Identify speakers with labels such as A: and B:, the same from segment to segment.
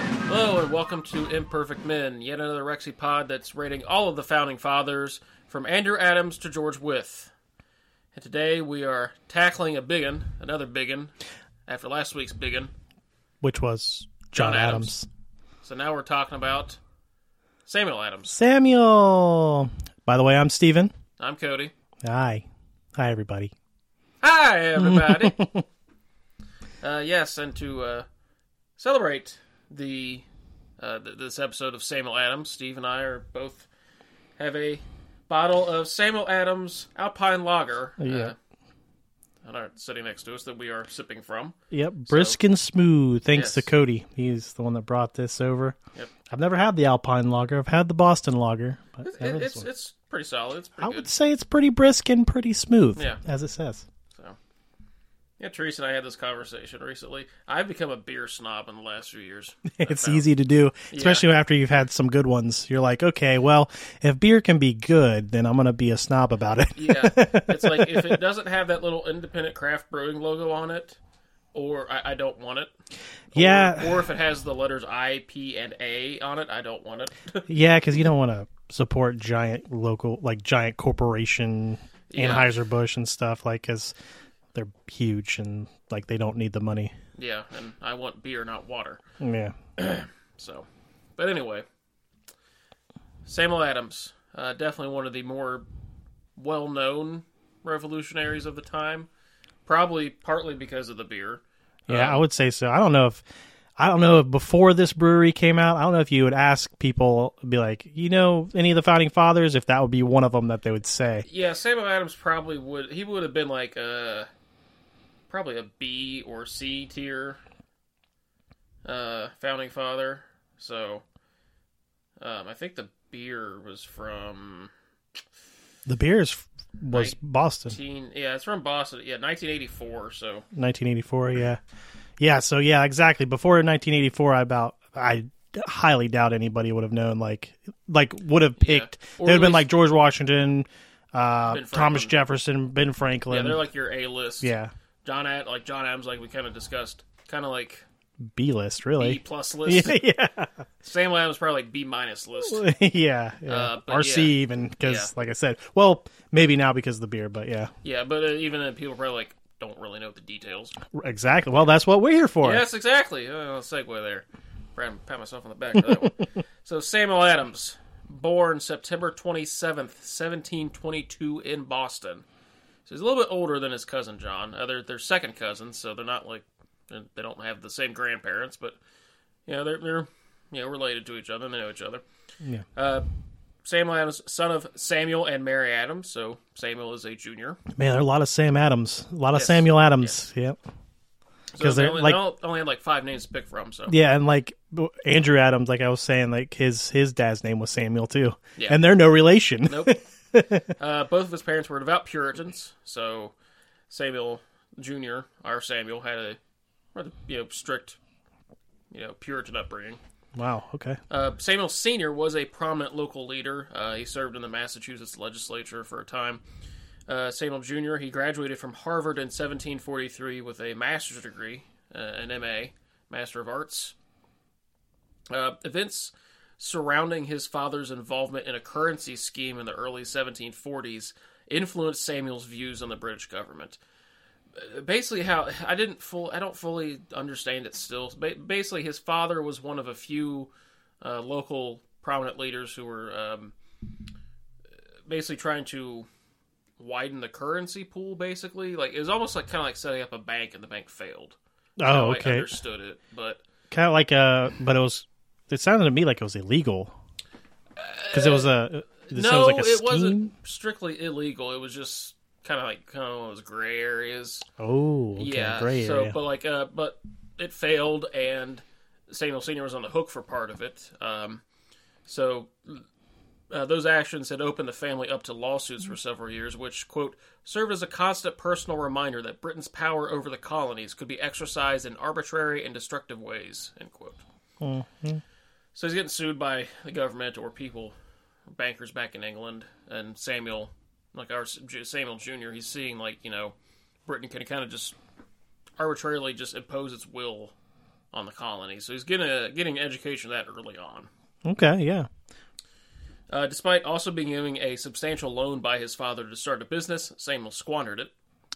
A: and welcome to Imperfect Men, yet another Rexy pod that's rating all of the founding fathers from Andrew Adams to George Wythe. And today we are tackling a biggin, another biggin, after last week's biggin.
B: which was John,
A: John
B: Adams.
A: Adams. So now we're talking about Samuel Adams.
B: Samuel. By the way, I'm Steven.
A: I'm Cody.
B: Hi. Hi, everybody.
A: Hi, everybody. uh, yes, and to uh, celebrate the uh, th- this episode of Samuel Adams, Steve and I are both have a bottle of Samuel Adams Alpine Lager.
B: Oh, Yeah.
A: Uh, and are sitting next to us that we are sipping from.
B: Yep, brisk and smooth. Thanks to
A: Yes.
B: Cody. He's the one that brought this over.
A: Yep.
B: I've never had the Alpine lager. I've had the Boston lager, but
A: It-
B: never this
A: it's
B: one.
A: it's pretty solid. It's pretty
B: I
A: good.
B: would say it's pretty brisk and pretty smooth,
A: Yeah.
B: as it says.
A: So, yeah, Teresa and I had this conversation recently. I've become a beer snob in the last few years.
B: It's easy to do, especially after you've had some good ones. You're like, okay, well, if beer can be good, then I'm going to be a snob about it.
A: Yeah, it's like if it doesn't have that little independent craft brewing logo on it, or I, I don't want it.
B: yeah.
A: Or if it has the letters I, P, and A on it, I don't want it.
B: Yeah, because you don't want to support giant local, like giant corporation
A: Yeah.
B: Anheuser Busch and stuff, like because they're huge and like they don't need the money.
A: yeah, and I want beer, not water.
B: Yeah,
A: So, but anyway, Samuel Adams, uh, definitely one of the more well-known revolutionaries of the time. Probably partly because of the beer.
B: yeah, I would say so. I don't know if I don't know if before this brewery came out, I don't know if you would ask people, be like, you know, any of the founding fathers, if that would be one of them that they would say.
A: Yeah, Samuel Adams probably would. He would have been like a probably a B or C tier uh, founding father. So um, I think the beer was from
B: The beer is, was
A: Right.
B: Boston,
A: teen. Yeah, it's from Boston. Yeah, 1984. So
B: 1984. Yeah, yeah. So yeah, exactly. Before 1984, I about I highly doubt anybody would have known. Like, like would have picked.
A: Or
B: They would
A: at
B: have been
A: least-
B: like George Washington,
A: Ben
B: uh,
A: Franklin.
B: Thomas Jefferson, Ben
A: yeah,
B: Franklin.
A: they're like your A list.
B: Yeah,
A: John Ad, like John Adams, like we kind of discussed, kind of like
B: B list
A: B
B: really.
A: plus list.
B: yeah,
A: Samuel Adams probably like B minus list.
B: yeah, yeah.
A: Uh, but
B: RC
A: yeah.
B: even because,
A: Yeah.
B: like I said, well, maybe now because of the beer, but yeah,
A: Yeah, but uh, even then, people probably like don't really know the details.
B: exactly. Well, that's what we're here for.
A: Yes, exactly. Oh, segue there. Brad, pat myself on the back for that one. So Samuel Adams, born September twenty seventh, seventeen twenty two, in Boston. So he's a little bit older than his cousin John. Uh, they're, they're second cousins, so they're not like they're- they don't have the same grandparents, but you know they're they're you know related to each other. and They know each other.
B: Yeah.
A: Uh, Samuel Adams, son of Samuel and Mary Adams. So Samuel is a junior.
B: Man, there are a lot of Sam Adams, a lot of
A: Yes.
B: Samuel Adams. Yep.
A: So
B: 'Cause
A: they
B: they're,
A: only,
B: like-
A: they all- only had like five names to pick from. So
B: Yeah, and like w- Andrew Adams, like I was saying, like his his dad's name was Samuel too,
A: Yeah.
B: and they're no relation.
A: Nope. uh, both of his parents were devout Puritans, so Samuel Jr., our Samuel, had a rather you know strict, you know Puritan upbringing.
B: Wow. Okay.
A: Uh, Samuel Sr. was a prominent local leader. Uh, he served in the Massachusetts legislature for a time. Uh, Samuel Jr. he graduated from Harvard in 1743 with a master's degree, uh, an MA, Master of Arts. Uh, events surrounding his father's involvement in a currency scheme in the early 1740s influenced Samuel's views on the British government. Uh, Basically, how I didn't full I don't fully understand it still. Ba- basically, his father was one of a few uh, local prominent leaders who were um, basically trying to widen the currency pool. Basically, like it was almost like kind of like setting up a bank, and the bank failed.
B: Oh,
A: I
B: okay.
A: understood it, but
B: Kind of like a, but it was. It sounded to me like it was illegal because it was a. It
A: Uh, no,
B: sounds like a
A: it
B: scheme.
A: wasn't strictly illegal. It was just kind of like kind of one of those gray areas.
B: Oh, okay,
A: yeah.
B: gray
A: so,
B: area.
A: but like, uh, but it failed, and Samuel Senior was on the hook for part of it. Um, so uh, those actions had opened the family up to lawsuits for several years, which quote served as a constant personal reminder that Britain's power over the colonies could be exercised in arbitrary and destructive ways. End quote.
B: Mm-hmm.
A: So he's getting sued by the government or people, bankers back in England, and Samuel, like our Samuel Junior, he's seeing like you know, Britain can kind of just arbitrarily just impose its will on the colony. So he's getting a, getting an education of that early on.
B: Okay, yeah.
A: Uh, despite also being given a substantial loan by his father to start a business, Samuel squandered it.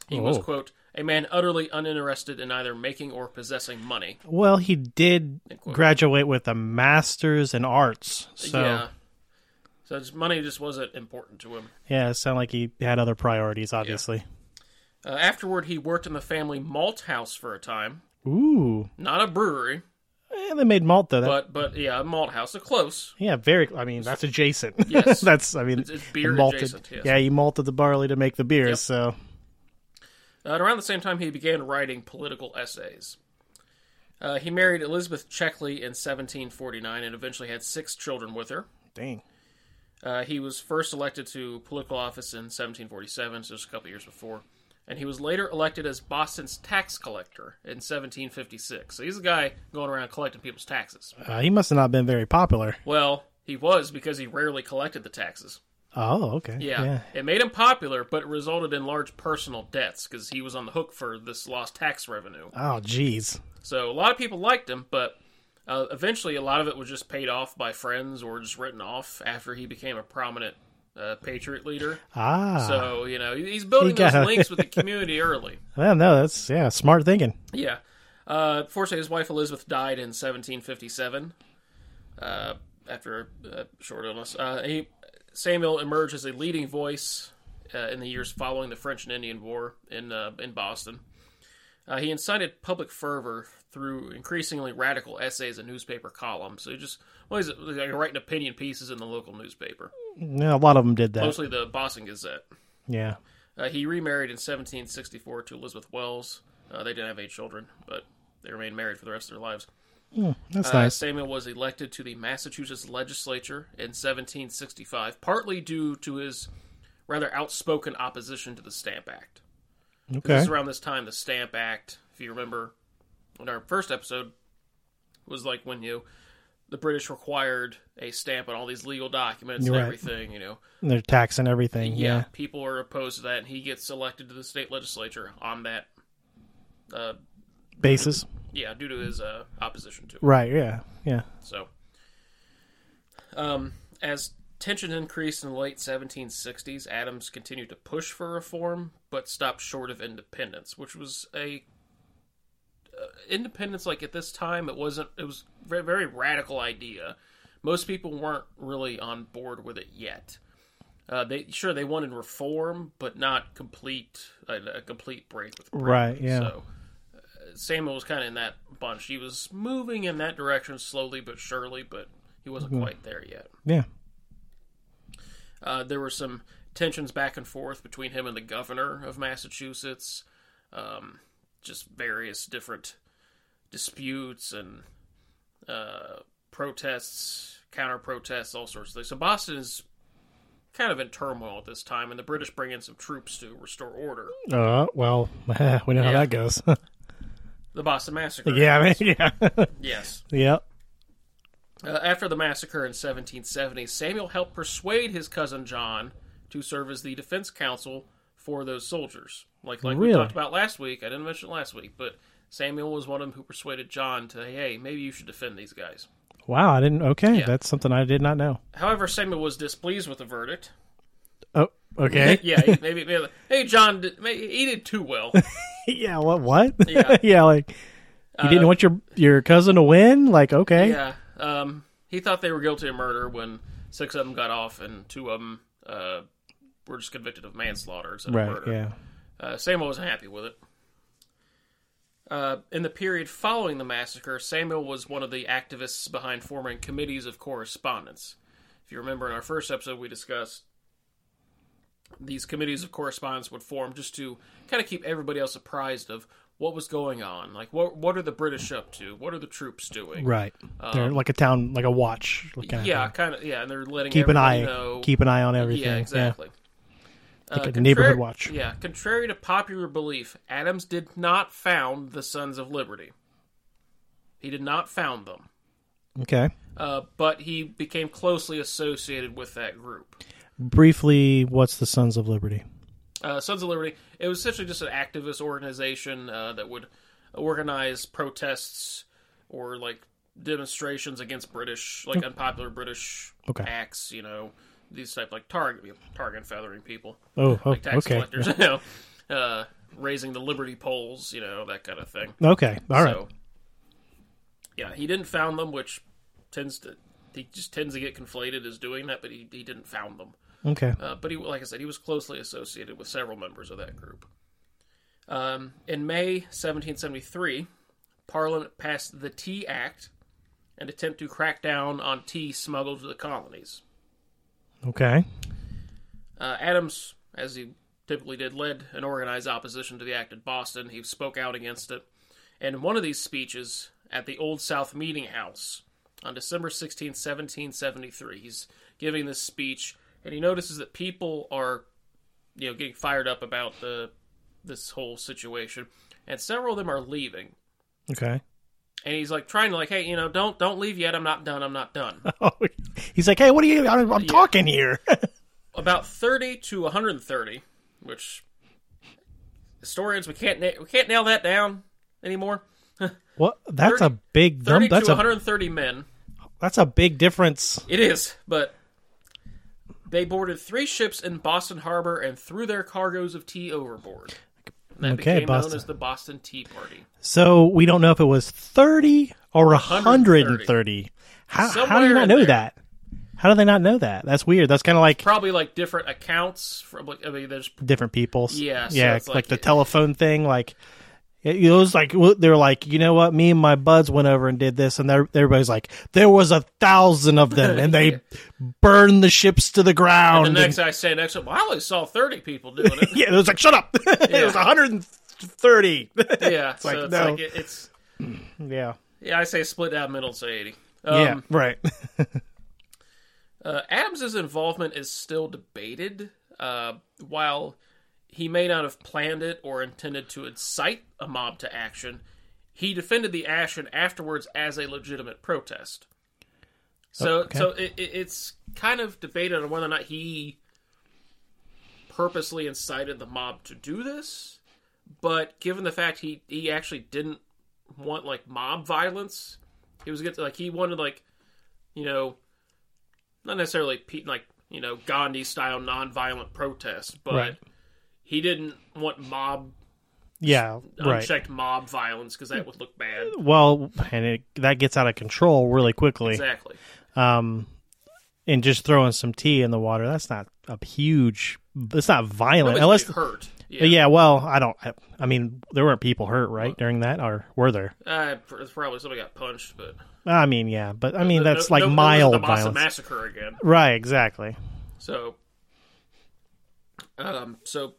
A: He was,
B: Oh.
A: quote, a man utterly uninterested in either making or possessing money.
B: Well, he did
A: quote.
B: graduate with a master's in arts. So
A: Uh, Yeah. So his money just wasn't important to him.
B: yeah, it sounded like he had other priorities, obviously.
A: Uh, afterward, he worked in the family malt house for a time.
B: Ooh.
A: Not a brewery,
B: Eh, they made malt though. That,
A: but but yeah, a malt house. So close.
B: yeah, very I mean, that's adjacent.
A: Yes.
B: that's I mean
A: It's- it's beer
B: malted.
A: adjacent, yes.
B: Yeah, he malted the barley to make the beer, so
A: Uh, at around the same time, he began writing political essays. Uh, he married Elizabeth Checkley in 1749 and eventually had six children with her.
B: dang.
A: Uh, he was first elected to political office in 1747, so just a couple years before. And he was later elected as Boston's tax collector in 1756. So he's a guy going around collecting people's taxes.
B: Uh, he must have not been very popular.
A: Well, he was because he rarely collected the taxes.
B: Oh, okay.
A: Yeah. It made him popular, but it resulted in large personal debts because he was on the hook for this lost tax revenue.
B: Oh, jeez.
A: So a lot of people liked him, but uh, eventually a lot of it was just paid off by friends or just written off after he became a prominent uh, patriot leader.
B: Ah.
A: So you know he- he's building
B: He got-
A: those links with the community early.
B: Well, no, that's yeah, smart thinking.
A: Yeah. Uh, fortunately, his wife Elizabeth died in 1757 uh, after a short illness. Uh, he, Samuel emerged as a leading voice uh, in the years following the French and Indian War in uh, in Boston. Uh, he incited public fervor through increasingly radical essays and newspaper columns. So he just well, he's like, writing opinion pieces in the local newspaper,
B: Yeah, a lot of them did that.
A: mostly the Boston Gazette.
B: Yeah.
A: Uh, he remarried in 1764 to Elizabeth Wells. Uh, they didn't have any children, but they remained married for the rest of their lives.
B: That's
A: Uh,
B: nice.
A: Samuel was elected to the Massachusetts legislature in 1765, partly due to his rather outspoken opposition to the Stamp Act. This
B: Okay.
A: is around this time the Stamp Act, if you remember, in our first episode, was like when you the British required a stamp on all these legal documents and
B: Right.
A: everything, you know.
B: They're taxing everything.
A: Yeah,
B: Yeah.
A: people are opposed to that, and he gets elected to the state legislature on that. Uh,
B: Bases.
A: yeah, due to his uh, opposition to it.
B: Right. Yeah. Yeah.
A: So, um, as tension increased in the late 1760s, Adams continued to push for reform, but stopped short of independence, which was a uh, independence like at this time it wasn't it was a very, very radical idea most people weren't really on board with it yet uh, they sure they wanted reform but not complete a, a complete break with
B: Right. Yeah.
A: so uh, Samuel was kind of in that bunch. He was moving in that direction slowly but surely, but he wasn't
B: Mm-hmm.
A: quite there yet.
B: Yeah.
A: Uh, there were some tensions back and forth between him and the governor of Massachusetts, um, just various different disputes and uh, protests, counter protests, all sorts of things. So Boston is kind of in turmoil at this time, and the British bring in some troops to restore order.
B: Uh, well, we know how
A: Yeah.
B: that goes.
A: The Boston Massacre.
B: yeah. I mean, yeah.
A: Yes.
B: yeah.
A: Uh, after the massacre in 1770, Samuel helped persuade his cousin John to serve as the defense counsel for those soldiers. Like like we
B: Really?
A: talked about last week, I didn't mention it last week, but Samuel was one of them who persuaded John to, hey, maybe you should defend these guys.
B: Wow. I didn't. Okay. That's something I did not know.
A: However, Samuel was displeased with the verdict.
B: Oh. Okay.
A: Yeah, he- maybe, maybe hey, John, did, maybe, he did too well.
B: yeah. What? What?
A: Yeah. Uh,
B: Like you didn't want your your cousin to win. Like okay.
A: Yeah, um, he thought they were guilty of murder when six of them got off and two of them uh, were just convicted of manslaughter instead
B: Right.
A: of murder.
B: Yeah.
A: Uh, Samuel wasn't happy with it. Uh, in the period following the massacre, Samuel was one of the activists behind forming committees of correspondence. If you remember in our first episode, we discussed these committees of correspondence would form just to kind of keep everybody else apprised of what was going on. Like, what what are the British up to? What are the troops doing?
B: Right. They're like a town, like a watch. Kind of
A: Um, Yeah,
B: thing.
A: kind of. Yeah, and they're letting
B: Keep an
A: everybody
B: eye.
A: know.
B: Keep an eye on everything.
A: Yeah, exactly. Uh,
B: Like a
A: contrary-
B: neighborhood watch.
A: Yeah, contrary to popular belief, Adams did not found the Sons of Liberty. He did not found them,
B: Okay.
A: uh, but he became closely associated with that group.
B: Briefly, what's the Sons of Liberty?
A: Uh, Sons of Liberty. It was essentially just an activist organization uh, that would organize protests or like demonstrations against British, like unpopular British
B: Okay.
A: acts. You know, these type like target target feathering people,
B: Oh, oh
A: like tax
B: okay.
A: collectors. You know, uh, raising the liberty poles. You know, that kind of thing.
B: Okay. All right.
A: So, yeah, he didn't found them, which tends to he just tends to get conflated as doing that, but he, he didn't found them.
B: okay.
A: Uh, but he, like I said, he was closely associated with several members of that group. Um, in May 1773, Parliament passed the Tea Act, an attempt to crack down on tea smuggled to the colonies.
B: Okay.
A: Uh, Adams, as he typically did, led an organized opposition to the act in Boston. He spoke out against it. And in one of these speeches at the Old South Meeting House on December 16, 1773, he's giving this speech and he notices that people are, you know, getting fired up about the this whole situation. And several of them are leaving.
B: Okay.
A: And he's like trying to like, hey, you know, don't don't leave yet. I'm not done. I'm not done.
B: Oh, he's like, hey, what are you? I'm, I'm talking here.
A: about 30 to 130 which historians we can't na- we can't nail that down anymore
B: well, that's a big
A: 30
B: num- that's
A: to
B: a
A: 130 men
B: that's a big difference.
A: it is but they boarded three ships in boston harbor and threw their cargoes of tea overboard and that
B: Okay,
A: became
B: Boston.
A: known as the boston tea party
B: So we don't know if it was thirty or hundred
A: 130.
B: and thirty. How how do
A: Somewhere
B: you not
A: in
B: know
A: there.
B: that? How do they not know that? That's weird. That's kind of like
A: probably like different accounts from like i mean there's
B: different people's.
A: Yeah, so
B: yeah,
A: it's
B: like,
A: like
B: the
A: it-
B: telephone thing. Like it it was like well, they're like, you know what? Me and my buds went over and did this, and they're- everybody's like, there was a thousand of them, and they burned the ships to the ground.
A: the
B: and-
A: next i say next well, i only saw 30 people doing it
B: yeah, it was like, shut up. it was
A: Yeah.
B: 130.
A: yeah so
B: like,
A: it's
B: no.
A: like it, it's
B: yeah.
A: yeah i say split down the middle say 80 um,
B: Yeah. Right.
A: Uh, Adams's involvement is still debated. Uh, while he may not have planned it or intended to incite a mob to action, he defended the action afterwards as a legitimate protest. So,
B: Oh, okay.
A: so it, it, it's kind of debated on whether or not he purposely incited the mob to do this. But given the fact he he actually didn't want like mob violence, he was against like he wanted like you know not necessarily pe- like you know Gandhi style nonviolent protest, but
B: Right.
A: he didn't want mob
B: yeah. Right.
A: unchecked mob violence because that would look bad.
B: Well, and it, that gets out of control really quickly.
A: Exactly.
B: Um, and just throwing some tea in the water, that's not a huge, it's not violent.
A: Nobody's
B: Unless,
A: really hurt.
B: yeah. well, I don't, I, I mean, there weren't people hurt, right, during that, or were there?
A: Uh, pr- probably somebody got punched, but Uh,
B: I mean, yeah, but I mean, that's
A: No-
B: like
A: no- it wasn't
B: mild
A: the Massa
B: violence.
A: massacre again.
B: right, exactly.
A: So, um, so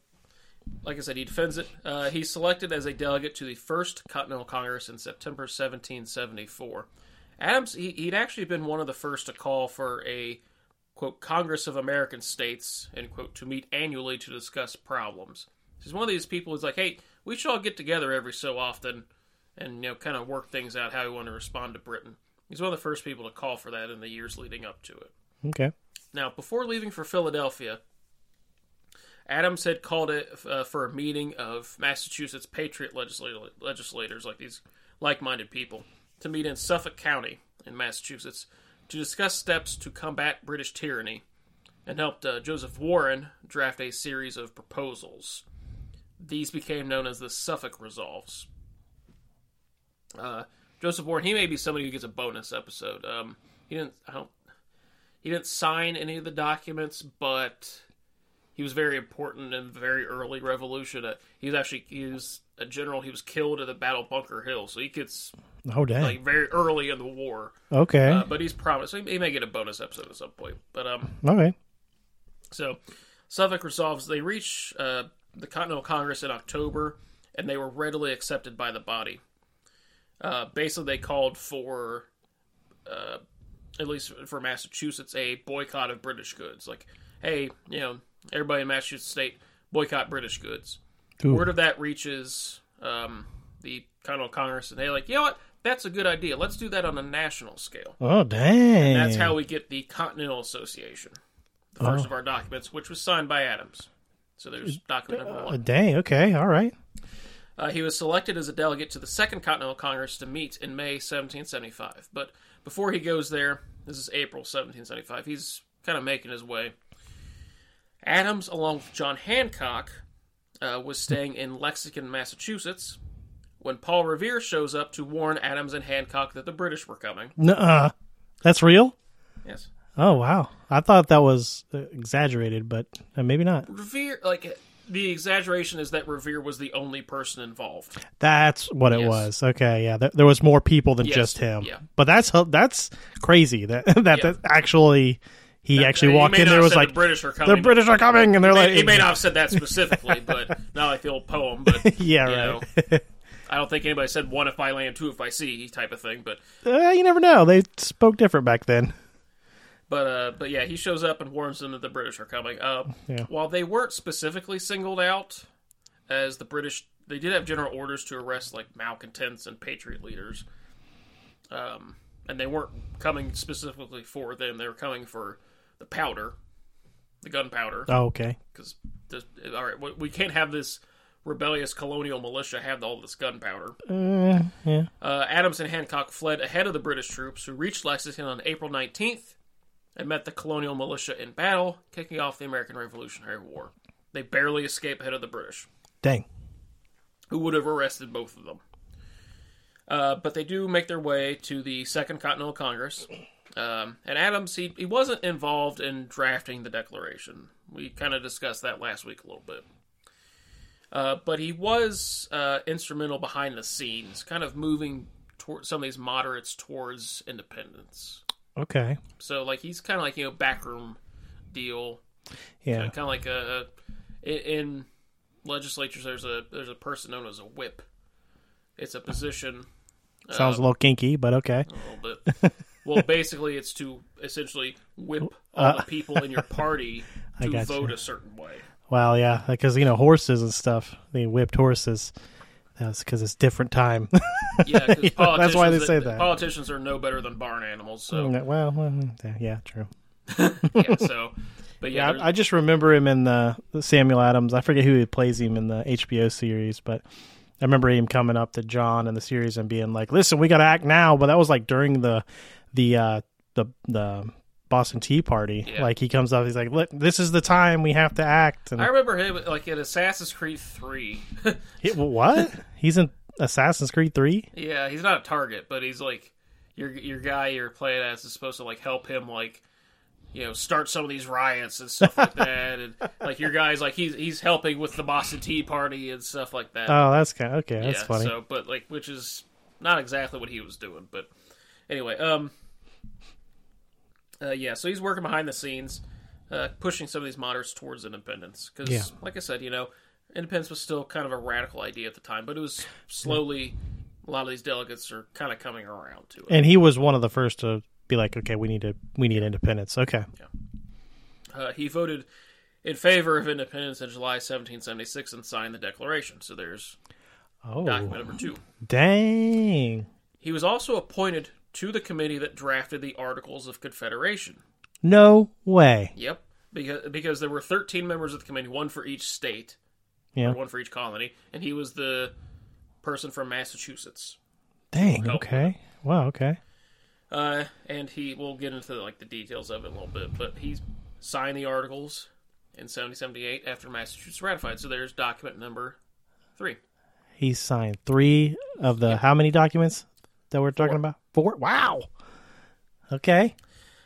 A: like I said, he defends it. Uh, he's selected as a delegate to the First Continental Congress in September 1774. Adams, he, he'd actually been one of the first to call for a quote Congress of American States end quote to meet annually to discuss problems. He's one of these people who's like, hey, we should all get together every so often and you know kind of work things out how we want to respond to Britain. He's one of the first people to call for that in the years leading up to it.
B: Okay.
A: Now, before leaving for Philadelphia, Adams had called it uh, for a meeting of Massachusetts patriot legislat- legislators, like these like-minded people, to meet in Suffolk County in Massachusetts to discuss steps to combat British tyranny, and helped uh, Joseph Warren draft a series of proposals. These became known as the Suffolk Resolves. Uh, Joseph Warren, he may be somebody who gets a bonus episode. Um, he didn't, I don't he didn't sign any of the documents, but he was very important in the very early revolution. Uh, he was actually he was a general. He was killed at the Battle of Bunker Hill, so he gets
B: Oh, dang.
A: like very early in the war.
B: okay.
A: Uh, but he's promised. He may get a bonus episode at some point. But um,
B: okay.
A: so Suffolk resolves they reach uh, the Continental Congress in October, and they were readily accepted by the body. Uh, basically, they called for, uh, at least for Massachusetts, a boycott of British goods. Like, hey, you know, everybody in Massachusetts state boycott British goods.
B: Ooh.
A: Word of that reaches um, the Continental Congress, and they're like, you know what? That's a good idea. Let's do that on a national scale.
B: Oh, dang.
A: That's how we get the Continental Association, the first of our documents, which was signed by Adams. So there's document number
B: Oh,
A: one.
B: dang. Okay. All right.
A: Uh, he was selected as a delegate to the Second Continental Congress to meet in May 1775. But before he goes there, this is April 1775, he's kind of making his way. Adams, along with John Hancock, uh, was staying in Lexington, Massachusetts, when Paul Revere shows up to warn Adams and Hancock that the British were coming.
B: Nuh-uh. That's real?
A: Yes.
B: Oh, wow. I thought that was uh, exaggerated, but uh, maybe not.
A: Revere, like, the exaggeration is that Revere was the only person involved.
B: That's what it
A: Yes.
B: was. Okay, yeah. There, there was more people than
A: Yes,
B: just him.
A: yeah.
B: But that's that's crazy that that,
A: Yeah.
B: that actually he actually
A: He
B: walked
A: may
B: in
A: not
B: there
A: have
B: was
A: said
B: like
A: the British are coming.
B: the British are coming and they're like
A: he may not have said that specifically, but not like the old poem. But
B: Yeah,
A: you
B: right.
A: know, I don't think anybody said one if I land, two if I see, type of thing. But
B: Uh, you never know. They spoke different back then.
A: But uh, but yeah, he shows up and warns them that the British are coming. Uh,
B: Yeah.
A: While they weren't specifically singled out as the British, they did have general orders to arrest like malcontents and patriot leaders. Um, and they weren't coming specifically for them; they were coming for the powder, the gunpowder.
B: Oh, okay.
A: Because all right, we- we can't have this rebellious colonial militia have all this gunpowder.
B: Uh, yeah.
A: Uh, Adams and Hancock fled ahead of the British troops, who reached Lexington on April 19th and met the colonial militia in battle, kicking off the American Revolutionary War. They barely escaped ahead of the British,
B: Dang.
A: who would have arrested both of them. Uh, but they do make their way to the Second Continental Congress. Um, and Adams, he, he wasn't involved in drafting the Declaration. We kind of discussed that last week a little bit. Uh, but he was uh, instrumental behind the scenes, kind of moving toward some of these moderates towards independence.
B: Okay.
A: So like he's kind of like you know backroom deal,
B: Yeah.
A: kind of like a, a in, in legislatures. There's a there's a person known as a whip. It's a position
B: Sounds
A: Um,
B: a little kinky, but okay.
A: a little bit. Well, basically, it's to essentially whip all the people in your party to
B: Uh, gotcha.
A: vote a certain way.
B: Well, yeah, because you know horses and stuff. They whipped horses. That's because it's different time.
A: Yeah, 'cause
B: that's why
A: politicians
B: they
A: that-
B: say that.
A: Politicians are no better than barn animals. So
B: well, well, yeah, true.
A: yeah, so but yeah,
B: Mm. Yeah,
A: there's-
B: I, I just remember him in the, the Samuel Adams. I forget who he plays him in the HBO series, but I remember him coming up to John in the series and being like, "Listen, we got to act now." But that was like during the the uh, the the Boston Tea Party.
A: Yeah.
B: Like he comes up, he's like, "Look, this is the time we have to act." And
A: I remember him like in Assassin's Creed Three.
B: he, what? he's in Assassin's Creed Three.
A: yeah, he's not a target, but he's like your your guy you're playing as is supposed to like help him like you know start some of these riots and stuff like that, and like your guy's like he's he's helping with the Boston Tea Party and stuff like that.
B: Oh, that's kind of, okay. That's
A: yeah,
B: funny.
A: So, but like, which is not exactly what he was doing, but anyway, um, uh, yeah. So he's working behind the scenes, uh, pushing some of these moderates towards independence because,
B: Yeah.
A: like I said, you know, independence was still kind of a radical idea at the time, but it was slowly. A lot of these delegates are kind of coming around to it.
B: and he was one of the first to be like, "Okay, we need to we need independence." Okay.
A: Uh, he voted in favor of independence in July 1776 and signed the Declaration. So there's
B: Oh,
A: document number two.
B: dang!
A: He was also appointed to the committee that drafted the Articles of Confederation.
B: No way.
A: Yep. Because because there were 13 members of the committee, one for each state,
B: Yeah.
A: or one for each colony, and he was the person from Massachusetts.
B: Dang.
A: help.
B: Okay. Wow. Okay.
A: Uh, and he we'll get into like the details of it in a little bit, but he signed the articles in 1778 after Massachusetts ratified. So there's document number 3.
B: He signed three of the how many documents that we're talking about? Four. Wow. Okay.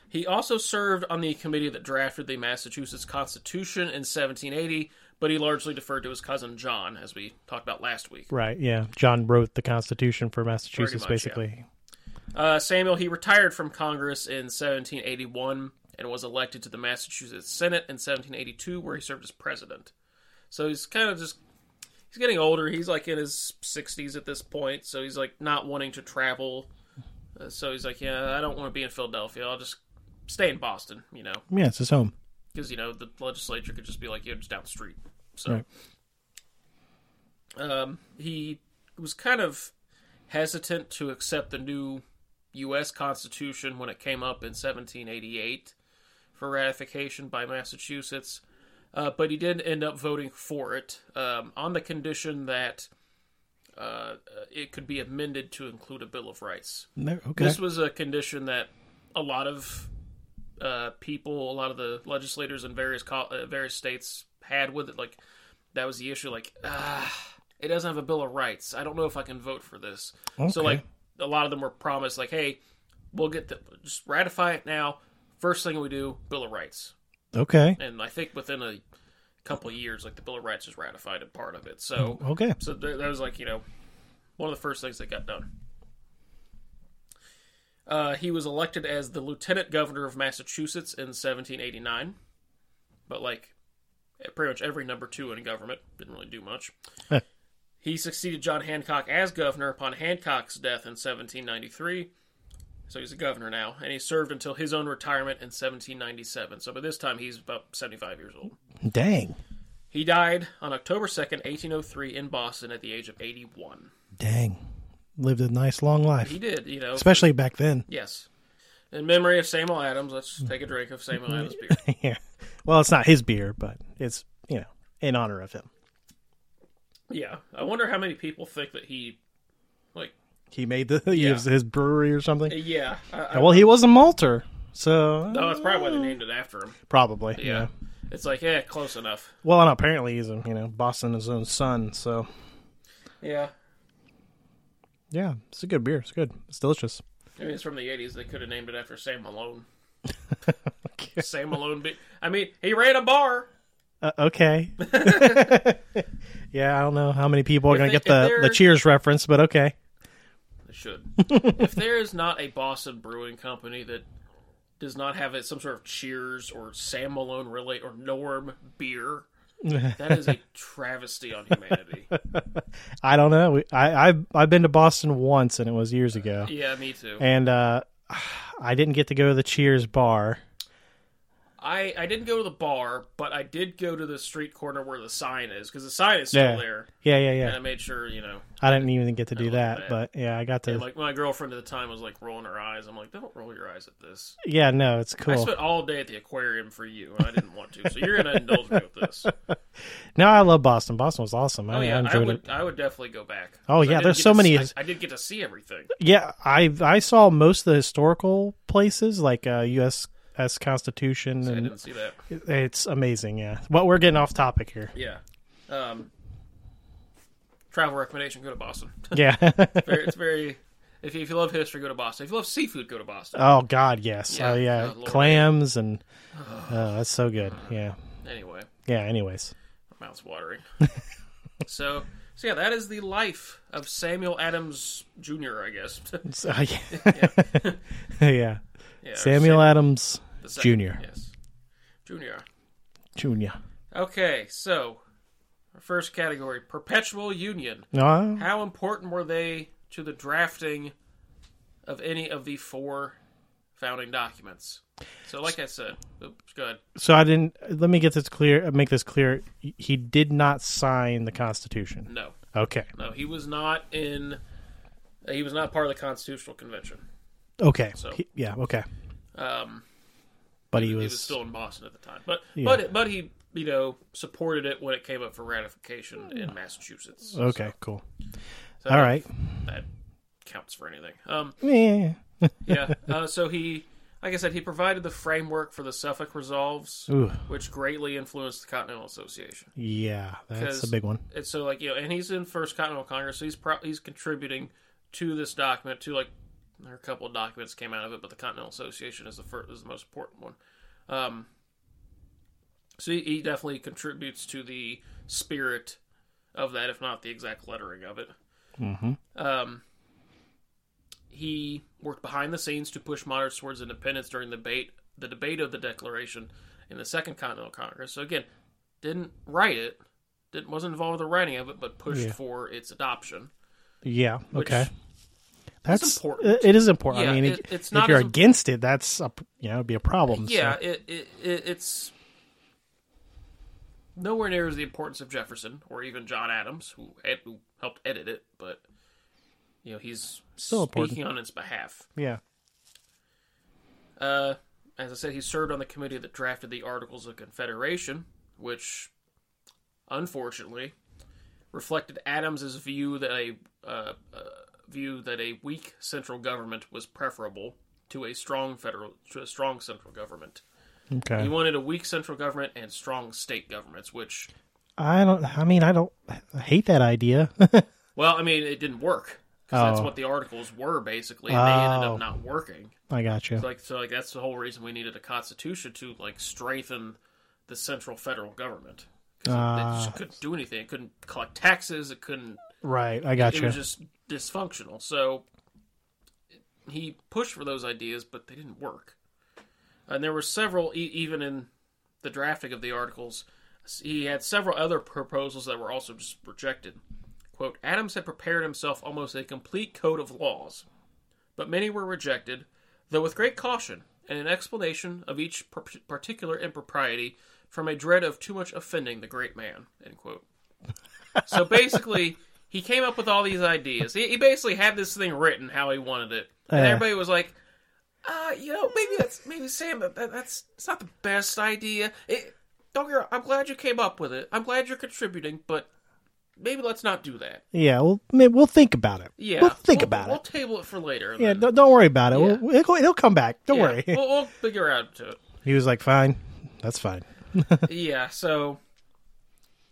A: He also served on the committee that drafted the Massachusetts Constitution in 1780, but he largely deferred to his cousin John as we talked about last week.
B: Right. Yeah. John wrote the Constitution for Massachusetts,
A: much,
B: basically.
A: Uh, Samuel, he retired from Congress in 1781 and was elected to the Massachusetts Senate in 1782, where he served as president. So he's kind of just. He's getting older. He's like in his 60s at this point, so he's like not wanting to travel. Uh, so he's like, yeah, I don't want to be in Philadelphia. I'll just stay in Boston, you know,
B: Yeah. it's his home.
A: because, you know, the legislature could just be like, you're just down the street. So
B: Right.
A: um, he was kind of hesitant to accept the new U.S. Constitution when it came up in 1788 for ratification by Massachusetts, uh, but he did end up voting for it um, on the condition that uh, it could be amended to include a Bill of Rights.
B: No, okay.
A: This was a condition that a lot of uh, people, a lot of the legislators in various co- uh, various states had with it. Like that was the issue. Like ah, it doesn't have a Bill of Rights. I don't know if I can vote for this.
B: Okay.
A: So like a lot of them were promised like, hey, we'll get the just ratify it now. First thing we do, Bill of Rights.
B: okay.
A: And I think within a couple of years, like the Bill of Rights is ratified and part of it. So
B: Okay.
A: so th- that was like you know one of the first things that got done. Uh, he was elected as the lieutenant governor of Massachusetts in 1789, but like e, pretty much every number two in government didn't really do much. he succeeded John Hancock as governor upon Hancock's death in 1793, so he's a governor now, and he served until his own retirement in 1797. So by this time he's about 75 years old.
B: Dang.
A: He died on October 2nd, 1803, in Boston at the age of 81.
B: Dang. Lived a nice long life,
A: He did, you know.
B: especially back then.
A: yes. In memory of Samuel Adams, let's take a drink of Samuel Adams beer.
B: yeah. Well, it's not his beer, but it's, you know, in honor of him.
A: Yeah. I wonder how many people think that he, like,
B: He made the he
A: Yeah.
B: was his brewery or something.
A: yeah. I, I,
B: Well, he was a malter. So
A: oh, that's probably why they named it after him.
B: probably.
A: Yeah. It's like, yeah, close enough.
B: Well, and apparently he's a, you know, Boston's own son, so
A: Yeah.
B: yeah, it's a good beer. It's good. It's delicious.
A: I mean, it's from the 80s. They could have named it after Sam Malone. Sam Malone. Be- I mean, he ran a bar.
B: Uh, okay. yeah, I don't know how many people are going
A: they-
B: to get
A: if
B: the,
A: they're-
B: the Cheers reference, but okay.
A: They should. if there is not a Boston brewing company that does not have it, some sort of Cheers or Sam Malone relate or Norm beer, that is a travesty on humanity.
B: I don't know. We, I I've, I've been to Boston once, and it was years ago,
A: yeah, me too.
B: and uh, I didn't get to go to the Cheers bar.
A: I, I didn't go to the bar, but I did go to the street corner where the sign is because the sign is still
B: Yeah.
A: there,
B: Yeah, yeah,
A: and
B: yeah.
A: I made sure you know.
B: I didn't even get to do
A: love
B: that,
A: that.
B: but yeah, I got to.
A: and, like my girlfriend at the time was like rolling her eyes. I'm like, don't roll your eyes at this.
B: yeah, no, it's
A: I
B: cool.
A: spent all day at the aquarium for you, and I didn't want to. So you're gonna indulge me with this.
B: No, I love Boston. Boston was awesome. I,
A: Oh
B: I
A: yeah, I
B: enjoyed
A: would.
B: it.
A: I would definitely go back.
B: Oh,
A: 'Cause I
B: yeah,
A: didn't
B: there's
A: get
B: so
A: to
B: many-
A: see- I, I did get to see everything.
B: Yeah, I I saw most of the historical places like uh, U.S. S Constitution,
A: I
B: and
A: didn't see that.
B: it- it's amazing. Yeah, but we're getting off topic here.
A: Yeah. Um, travel recommendation: Go to Boston.
B: Yeah.
A: Very- it's very. If you, if you love history, go to Boston. If you love seafood, go to Boston.
B: oh God, yes.
A: Yeah.
B: Oh yeah,
A: Oh, Lord.
B: clams and oh, that's so good. Yeah,
A: Anyway,
B: yeah. Anyways,
A: my mouth's watering. so, so yeah, that is the life of Samuel Adams Jr. I guess.
B: So, uh, yeah. yeah.
A: yeah,
B: Samuel Adams
A: the second,
B: Jr.
A: Yes, Jr.
B: Jr.
A: Okay, so our first category: perpetual union.
B: No,
A: How important were they to the drafting of any of the four founding documents? So, like I said, oops, go ahead.
B: so I didn't. Let me get this clear. uh, Make this clear. He did not sign the Constitution.
A: No,
B: Okay.
A: no, he was not in. He was not part of the Constitutional Convention.
B: Okay. He- yeah. Okay.
A: Um,
B: But he
A: he
B: was,
A: was still in Boston at the time, but but but he you know supported it when it came up for ratification in Massachusetts.
B: okay. Cool.
A: So
B: All right.
A: that counts for anything. Um,
B: Yeah.
A: yeah. Uh, so he, like I said, he provided the framework for the Suffolk resolves,
B: Ooh.
A: which greatly influenced the Continental Association.
B: Yeah. That's a
A: Because-
B: big one.
A: And so, like you know, and he's in First Continental Congress, so he's pro- he's contributing to this document. To like, there are a couple of documents came out of it, but the Continental Association is the first is the most important one. Um, so he, he definitely contributes to the spirit of that, if not the exact lettering of it.
B: hmm
A: Um, he worked behind the scenes to push moderates towards independence during the debate, the debate of the Declaration in the Second Continental Congress. So again, didn't write it, didn't wasn't involved with the writing of it, but pushed
B: Yeah.
A: for its adoption.
B: Yeah.
A: Which,
B: Okay. That's
A: important.
B: it- It is important.
A: Yeah,
B: I mean,
A: it-
B: if-
A: it's
B: if
A: not
B: you're
A: as im-
B: against it, that's a, you know, it'd be a problem. so-
A: Yeah, it, it, it it's nowhere near as the importance of Jefferson or even John Adams, who, ed, who helped edit it, but you know he's
B: Still important.
A: speaking on its behalf.
B: Yeah.
A: Uh, as I said, he served on the committee that drafted the Articles of Confederation, which, unfortunately, reflected Adams's view that a uh, uh, view that a weak central government was preferable to a strong federal to a strong central government.
B: Okay.
A: He wanted a weak central government and strong state governments, which
B: I don't. I mean, I don't I hate that idea.
A: well, I mean, it didn't work. 'cause that's
B: Oh.
A: what the articles were basically, and they ended
B: Oh.
A: up not working.
B: I got you.
A: So, like so like that's the whole reason we needed a constitution to like strengthen the central federal government because it, just couldn't do anything it couldn't collect taxes it couldn't
B: Right. I got
A: it
B: you.
A: was just dysfunctional so he pushed for those ideas but they didn't work and there were several e- even in the drafting of the articles he had several other proposals that were also just rejected quote adams had prepared himself almost a complete code of laws but many were rejected though with great caution and an explanation of each par- particular impropriety from a dread of too much offending the great man end quote so basically he came up with all these ideas he, he basically had this thing written how he wanted it and
B: Yeah.
A: everybody was like uh, you know, maybe that's maybe Sam. That, that- that's it's not the best idea. It, don't get. me wrong, I'm glad you came up with it. I'm glad you're contributing, but maybe let's not do that.
B: yeah. Well, maybe we'll think about it.
A: Yeah,
B: We'll think
A: we'll-
B: about
A: We'll
B: it.
A: table it for later.
B: Yeah.
A: then.
B: Don't, don't worry about it.
A: Yeah.
B: We'll, it'll, it'll come back. Don't
A: Yeah,
B: worry.
A: We'll, we'll figure out to it.
B: he was like, "Fine. That's fine."
A: yeah, so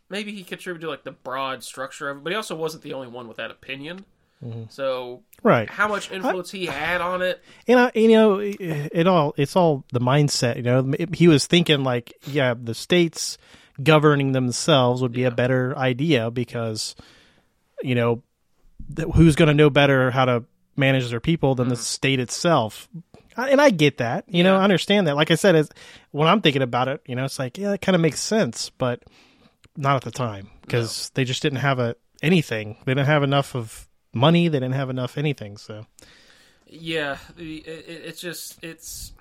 A: maybe he contributed like the broad structure of it, but he also wasn't the only one with that opinion.
B: Mm-hmm.
A: So
B: Right.
A: how much influence he had on it?
B: And I, you know, it, it all it's all the mindset. You know, It- he was thinking like, yeah, the states governing themselves would be a better idea because, you know, th- who's going to know better how to manage their people than the state itself? I, and I get that. You know,
A: Yeah.
B: I understand that. Like I said, it's, when I'm thinking about it, you know, it's like, yeah, that kind of makes sense, but not at the time because they just didn't have a anything. They didn't have enough of money. They didn't have enough anything. So
A: Yeah, the, it, it- it's just it's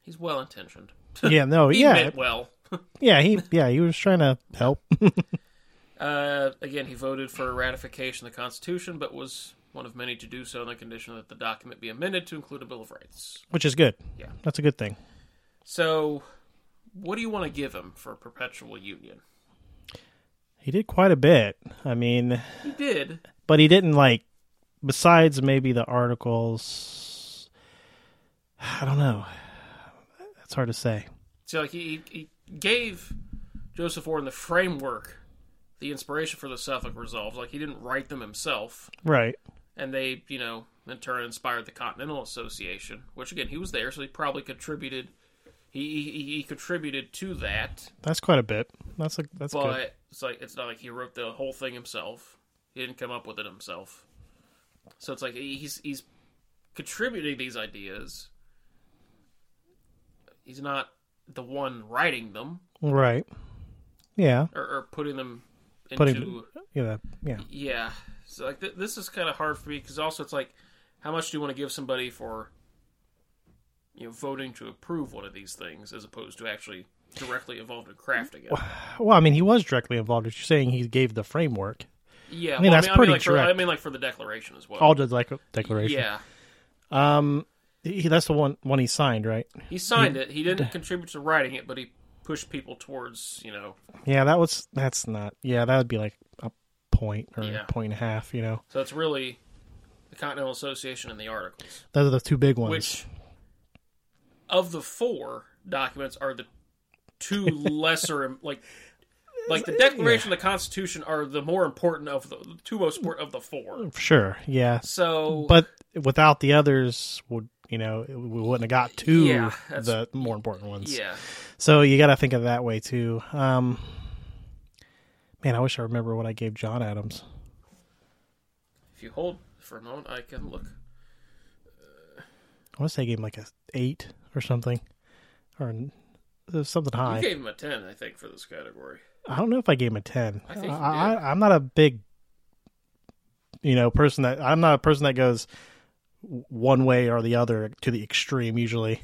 A: he's well intentioned.
B: yeah, no,
A: He
B: yeah,
A: meant well.
B: Yeah, he yeah, he was trying to help.
A: Uh, again, he voted for ratification of the Constitution, but was one of many to do so on the condition that the document be amended to include a Bill of Rights.
B: Which is good.
A: Yeah.
B: That's a good thing.
A: So, what do you want to give him for perpetual union?
B: He did quite a bit. I mean
A: He did.
B: but he didn't like besides maybe the articles I don't know. That's hard to say.
A: So, like, he, he gave Joseph Warren the framework, the inspiration for the Suffolk resolves. Like, he didn't write them himself,
B: Right.
A: and they, you know, in turn inspired the Continental Association, which again he was there, so he probably contributed. He he, he contributed to that.
B: That's quite a bit. That's a that's
A: but
B: good.
A: it's like it's not like he wrote the whole thing himself. He didn't come up with it himself. So it's like he- he's he's contributing these ideas. He's not the one writing them
B: Right. Yeah.
A: or, or putting them into.
B: Putting yeah. that- Yeah.
A: Yeah, so like th- this is kind of hard for me because also it's like, how much do you want to give somebody for, you know, voting to approve one of these things as opposed to actually directly involved in crafting it?
B: Well, I mean he was directly involved. But you're saying he gave the framework.
A: Yeah,
B: mean, that's
A: well, I mean, I
B: pretty
A: mean, like, for, I
B: direct.
A: mean, like for the Declaration as well.
B: All the dec- declaration.
A: Yeah,
B: Um he, that's the one one he signed, right?
A: he signed it. He didn't contribute to writing it, but he pushed people towards you know.
B: Yeah, that was that's not. Yeah, that would be like a point or
A: Yeah.
B: a point and a half. You know,
A: So it's really the Continental Association and the articles,
B: those are the two big ones.
A: which of the four documents are the two lesser like. Like the Declaration and the Constitution are the more important of the, the two most important of the four.
B: sure, yeah,
A: So,
B: but without the others, would you know we wouldn't have got to
A: Yeah, that's-
B: the more important ones.
A: yeah,
B: So you got to think of it that way too. Um, man, I wish I remember what I gave John Adams.
A: if you hold for a moment, I can look.
B: I want to say I gave him like a eight or something, or an- it was something high.
A: You gave him a ten, I think, for this category.
B: I don't know if I gave him a ten.
A: I
B: I
A: think you
B: Uh, I,
A: did.
B: I, am not a big, you know, person that I'm not a person that goes one way or the other to the extreme. Usually,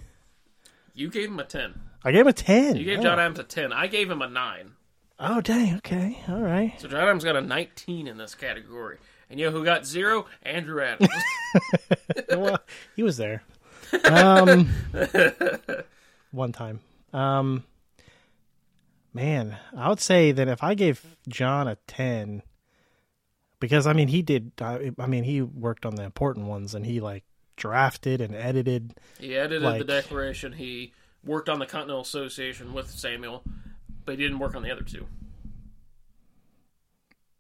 A: You gave him a ten.
B: I gave him a ten.
A: You gave
B: oh.
A: John Adams a 10. I gave him a 9.
B: Oh dang. Okay. All right.
A: So John Adams got a 19 in this category. And you know who got zero? Andrew Adams.
B: well, he was there. Um, one time. Um, Man, I would say that if I gave John a 10, because I mean, he did, I, I mean, he worked on the important ones and he like drafted and edited.
A: He edited the
B: Like-
A: Declaration. He worked on the Continental Association with Samuel, but he didn't work on the other two.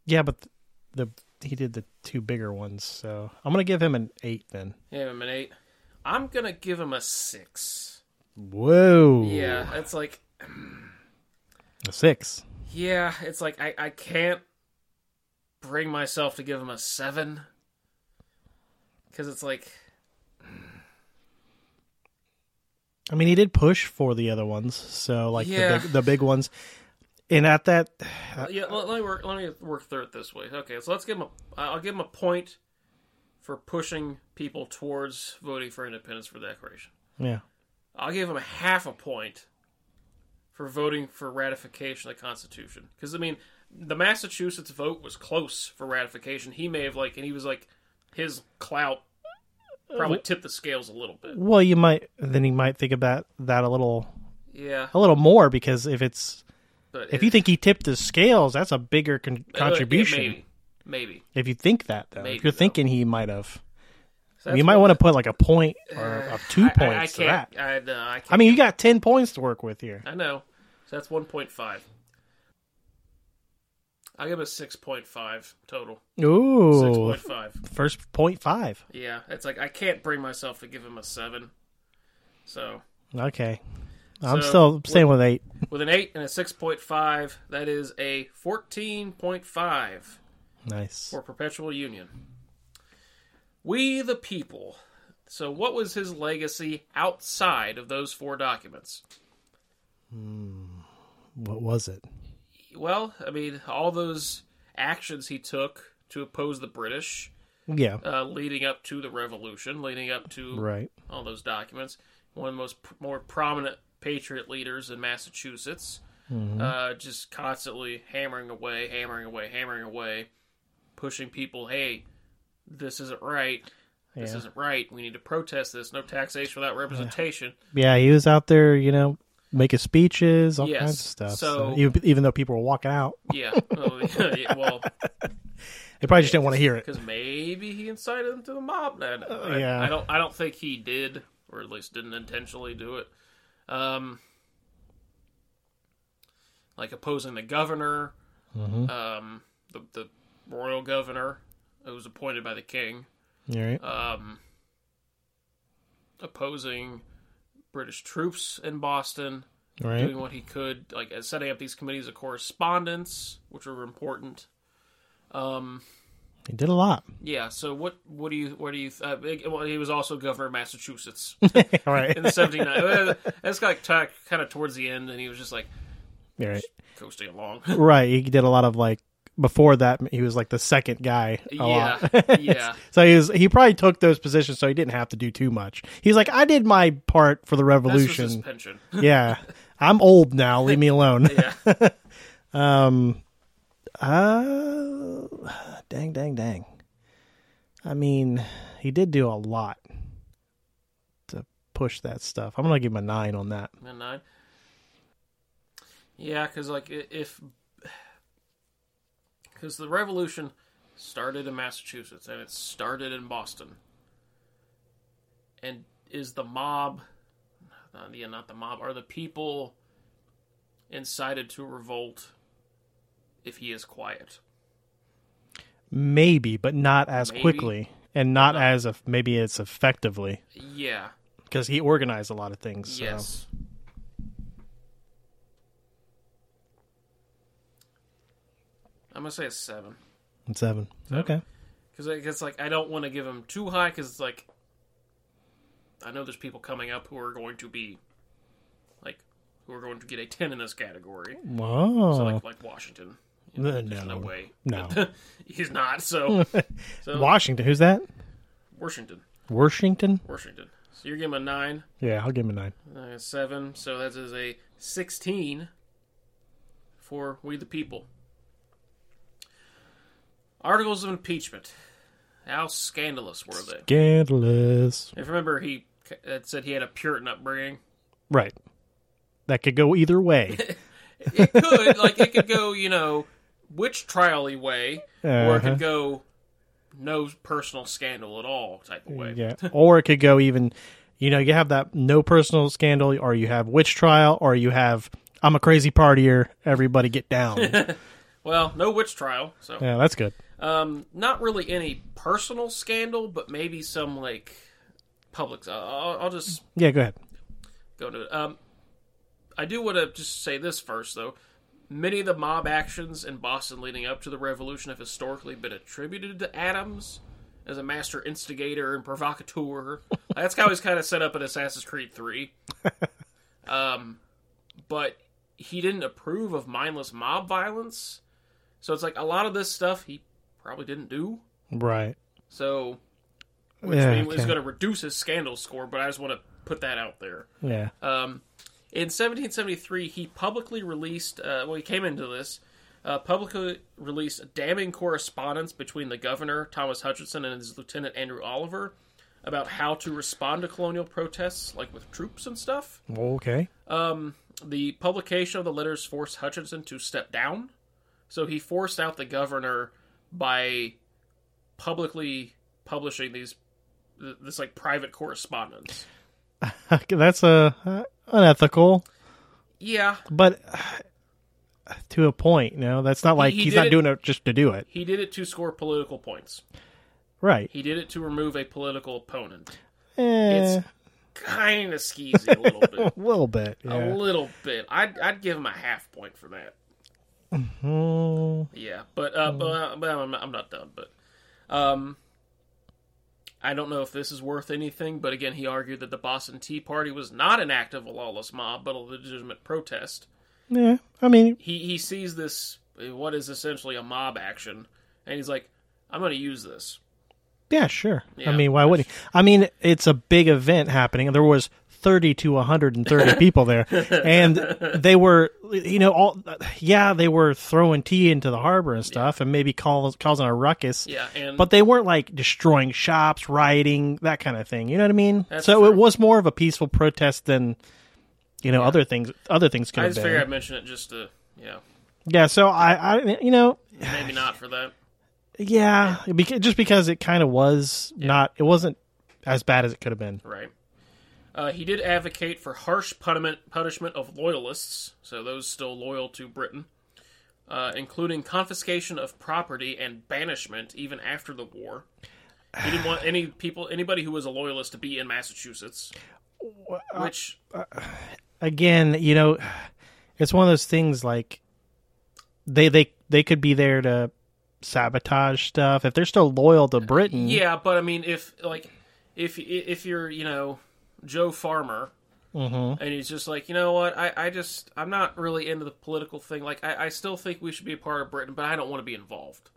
B: Yeah, but the, he did the two bigger ones. So I'm going to give him an eight then.
A: Yeah, I'm an eight. I'm gonna give him a six.
B: Whoa.
A: Yeah, it's like
B: A six.
A: yeah, it's like I, I can't bring myself to give him a seven because it's like
B: I mean, he did push for the other ones, so like
A: Yeah.
B: the big, the big ones. And at that,
A: yeah. Let, let me work. Let me work through it this way. Okay, so let's give him. A, I'll give him a point for pushing people towards voting for independence for the Declaration.
B: yeah,
A: I'll give him a half a point for voting for ratification of the Constitution. Because I mean, the Massachusetts vote was close for ratification. He may have like, and he was like, his clout probably tipped the scales a little bit.
B: well, you might then you might think about that a little
A: Yeah,
B: a little more because if it's
A: but
B: if
A: it-
B: you think he tipped the scales, that's a bigger con-
A: uh, yeah,
B: contribution.
A: maybe, maybe
B: If you think that though,
A: Maybe,
B: if you're
A: though.
B: thinking he might have,
A: So that's
B: you might
A: what- Uh,
B: want to put like a point or a two points
A: I, I, I
B: to that.
A: can't. I, no, I can't.
B: I mean, you got ten points to work with here.
A: I know. So that's one point five. I'll give him a six point five total. Six
B: Ooh,
A: point five.
B: first point five.
A: Yeah, it's like I can't bring myself to give him a seven. So
B: Okay, I'm
A: So,
B: still staying with eight.
A: with an eight and a six point five, that is a fourteen point five
B: Nice.
A: for perpetual union. We the people. So what was his legacy outside of those four documents?
B: What was it?
A: Well, I mean, all those actions he took to oppose the British,
B: Yeah.
A: uh, leading up to the revolution, leading up to
B: Right.
A: all those documents. One of the most more prominent patriot leaders in Massachusetts, uh, just constantly hammering away, hammering away, hammering away, pushing people. Hey, this isn't right. This
B: Yeah.
A: isn't right. We need to protest this. No taxation without representation.
B: Yeah, he was out there, you know, making speeches, all
A: Yes.
B: kinds of stuff.
A: So-
B: even, even though people were walking out,
A: Yeah. Well, yeah, well,
B: they probably just didn't want to hear it.
A: because maybe he incited them to the mob. I, I-
B: Uh, yeah.
A: I don't. I don't think he did, or at least didn't intentionally do it. Um, like opposing the governor,
B: Mm-hmm.
A: um, the the royal governor who was appointed by the king,
B: All right.
A: um, opposing British troops in Boston
B: All right.
A: doing what he could, like uh, setting up these committees of correspondence, which were important. Um,
B: He did a lot.
A: yeah. So what? What do you? What do you? Uh, big- well, he was also governor of Massachusetts
B: All right.
A: in the seventy nine. That's like t- kind of towards the end, and he was just like
B: All right.
A: coasting along.
B: Right. He did a lot of like, before that, he was like the second guy a
A: yeah,
B: lot.
A: yeah,
B: so he was, he probably took those positions so he didn't have to do too much. He's like, I did my part for the
A: this was his
B: revolution.
A: pension.
B: yeah. I'm old now. Leave me alone.
A: Yeah,
B: Um, uh, dang, dang, dang. I mean, he did do a lot to push that stuff. I'm gonna give him a nine on that.
A: and nine. Yeah, because like i- if because the revolution started in Massachusetts and it started in Boston, and is the mob, not, yeah, not the mob, are the people incited to revolt if he is quiet?
B: Maybe, but not as
A: Maybe.
B: quickly and not as of maybe as effectively
A: Yeah.
B: because he organized a lot of things. So.
A: Yes. I'm gonna say a seven.
B: And seven. Okay.
A: because it's like I don't want to give him too high because it's like I know there's people coming up who are going to be like who are going to get a ten in this category,
B: Whoa.
A: so like like Washington. You know,
B: Uh,
A: there's no
B: no.
A: way,
B: No.
A: he's not. So so
B: Washington. Who's that?
A: Washington,
B: Washington.
A: Washington. So you're giving him a nine,
B: Yeah, I'll give him a nine.
A: uh, seven. So that is a sixteen for we the people. Articles of impeachment. How scandalous were they?
B: Scandalous.
A: If you remember, he c- had said he had a Puritan upbringing.
B: Right. That could go either way.
A: It could like it could go, you know, witch trial-y way, or it
B: Uh-huh.
A: could go no personal scandal at all type of way.
B: Yeah, or it could go even, you know, you have that no personal scandal, or you have witch trial, or you have I'm a crazy partier, everybody get down. yeah,
A: Well, no witch trial, so
B: that's good.
A: um, not really any personal scandal, but maybe some like public. uh, I'll, I'll just
B: Yeah, go ahead.
A: go to. Um, I do want to just say this first, though. Many of the mob actions in Boston leading up to the revolution have historically been attributed to Adams as a master instigator and provocateur. That's how he's kind of set up in Assassin's Creed 3. Um, but he didn't approve of mindless mob violence. So it's like a lot of this stuff he probably didn't do.
B: Right.
A: So, which
B: Yeah,
A: means it's
B: okay.
A: going to reduce his scandal score, but I just want to put that out there.
B: Yeah.
A: Um, in 1773, he publicly released, uh, well, he came into this, uh, publicly released a damning correspondence between the governor, Thomas Hutchinson, and his lieutenant, Andrew Oliver, about how to respond to colonial protests, like with troops and stuff. Um,
B: Okay.
A: The publication of the letters forced Hutchinson to step down, so he forced out the governor by publicly publishing these th- this like private correspondence.
B: that's uh, uh, unethical,
A: Yeah,
B: but uh, to a point. You know, that's not like
A: he
B: he's
A: did
B: not
A: it-
B: doing it just to do it.
A: he did it to score political points.
B: Right.
A: He did it to remove a political opponent.
B: Eh,
A: It's kind of skeezy a little bit.
B: a little bit.
A: A
B: Yeah.
A: little bit. I'd, I'd give him a half point for that.
B: Mm,
A: Yeah, but uh, but, but I'm, not, I'm not done. But um, I don't know if this is worth anything. But again, he argued that the Boston Tea Party was not an act of a lawless mob, but a legitimate protest.
B: Hmm. yeah. I mean,
A: He he sees this what is essentially a mob action, and he's like, "I'm going to use this."
B: Yeah, sure. I
A: Yeah.
B: mean, why wouldn't he? I mean, it's a big event happening, and there was thirty to one hundred and thirty people there, and they were, you know, all yeah, they were throwing tea into the harbor and stuff, and maybe cause, causing a ruckus.
A: Yeah, and
B: But they weren't like destroying shops, rioting, that kind of thing. You know what I mean?
A: That's
B: so it
A: true.
B: was more of a peaceful protest than, you know, other things. Other things could
A: I
B: have
A: just
B: been.
A: figured I'd mention it just to you know
B: Yeah. So I, I, you know,
A: maybe not for that.
B: yeah, beca- just because it kind of was not, it wasn't as bad as it could have been.
A: Right. Uh, he did advocate for harsh punishment, punishment of loyalists, so those still loyal to Britain, uh, including confiscation of property and banishment even after the war. He didn't want any people, anybody who was a loyalist, to be in Massachusetts. Which
B: again, you know, it's one of those things like they they they could be there to sabotage stuff if they're still loyal to Britain.
A: Yeah, but I mean, if like, if if you're you know Joe Farmer,
B: Mm-hmm.
A: and he's just like, you know what, I I just I'm not really into the political thing. Like, I I still think we should be a part of Britain, but I don't want to be involved.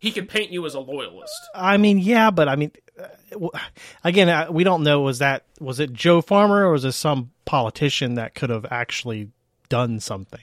A: He could paint you as a loyalist.
B: I mean, yeah, but I mean, uh, w- again, I, we don't know. Was that was it Joe Farmer or was it some politician that could have actually done something?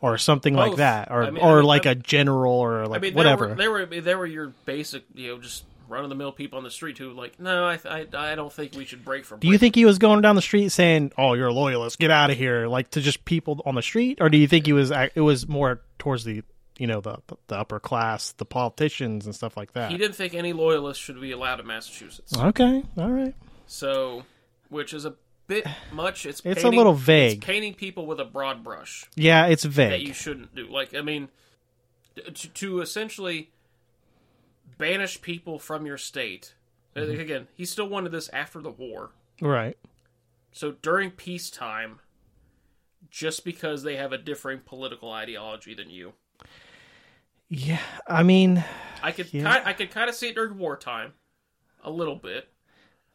B: Or something like
A: Both.
B: that, or
A: I mean- I
B: or
A: mean,
B: like
A: I-
B: a general, or
A: I
B: like
A: mean,
B: whatever.
A: There were, there were there were your basic, you know, just run of the mill people on the street who like, no, I th- I I don't think we should break from.
B: do you think he was going down the street saying, "Oh, you're a loyalist, get out of here," like to just people on the street, or do you think he was ac- it was more towards the you know the the upper class, the politicians and stuff like that?
A: He didn't think any loyalists should be allowed in Massachusetts.
B: Okay, all right,
A: So, which is a bit much. It's
B: it's a
A: painting-
B: little vague.
A: It's painting people with a broad brush.
B: yeah, it's
A: that you
B: vague.
A: shouldn't do. Like, I mean, to, to essentially banish people from your state. Uh,
B: Mm-hmm.
A: Again, he still wanted this after the war.
B: right?
A: So during peacetime, just because they have a differing political ideology than you,
B: Yeah, I mean,
A: I could
B: Yeah.
A: ki- I could kind of see it during wartime, a little bit,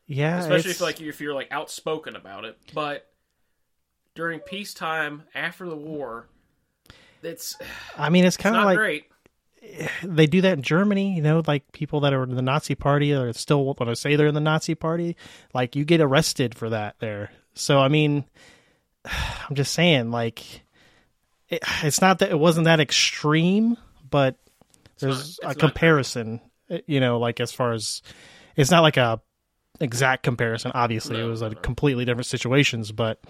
B: yeah,
A: especially
B: it's-
A: if like if you're like outspoken about it. But during peacetime, after the war, it's, it's
B: I mean, it's kind of
A: not
B: like
A: great.
B: they do that in Germany, you know, like people that are in the Nazi party or still want to say they're in the Nazi party, like you get arrested for that there. So I mean, I'm just saying, like, it, it's not that it wasn't that extreme, but there's
A: not-
B: a
A: it's not-
B: comparison, you know, like as far as it's not like a exact comparison. Obviously, it
A: No,
B: was
A: no,
B: a completely different situations, but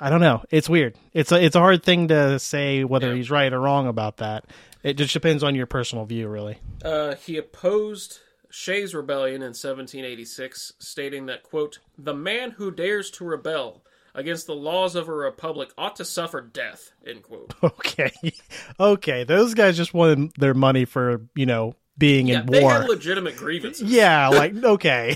B: I don't know. It's weird. It's a it's a hard thing to say whether
A: Yeah.
B: he's right or wrong about that. It just depends on your personal view, really.
A: Uh, he opposed Shay's rebellion in 1786, stating that, quote, the man who dares to rebel against the laws of a republic ought to suffer death, end quote.
B: Okay, okay. Those guys just wanted their money for you know being
A: Yeah,
B: in
A: they
B: war.
A: had legitimate grievances,
B: yeah, like okay,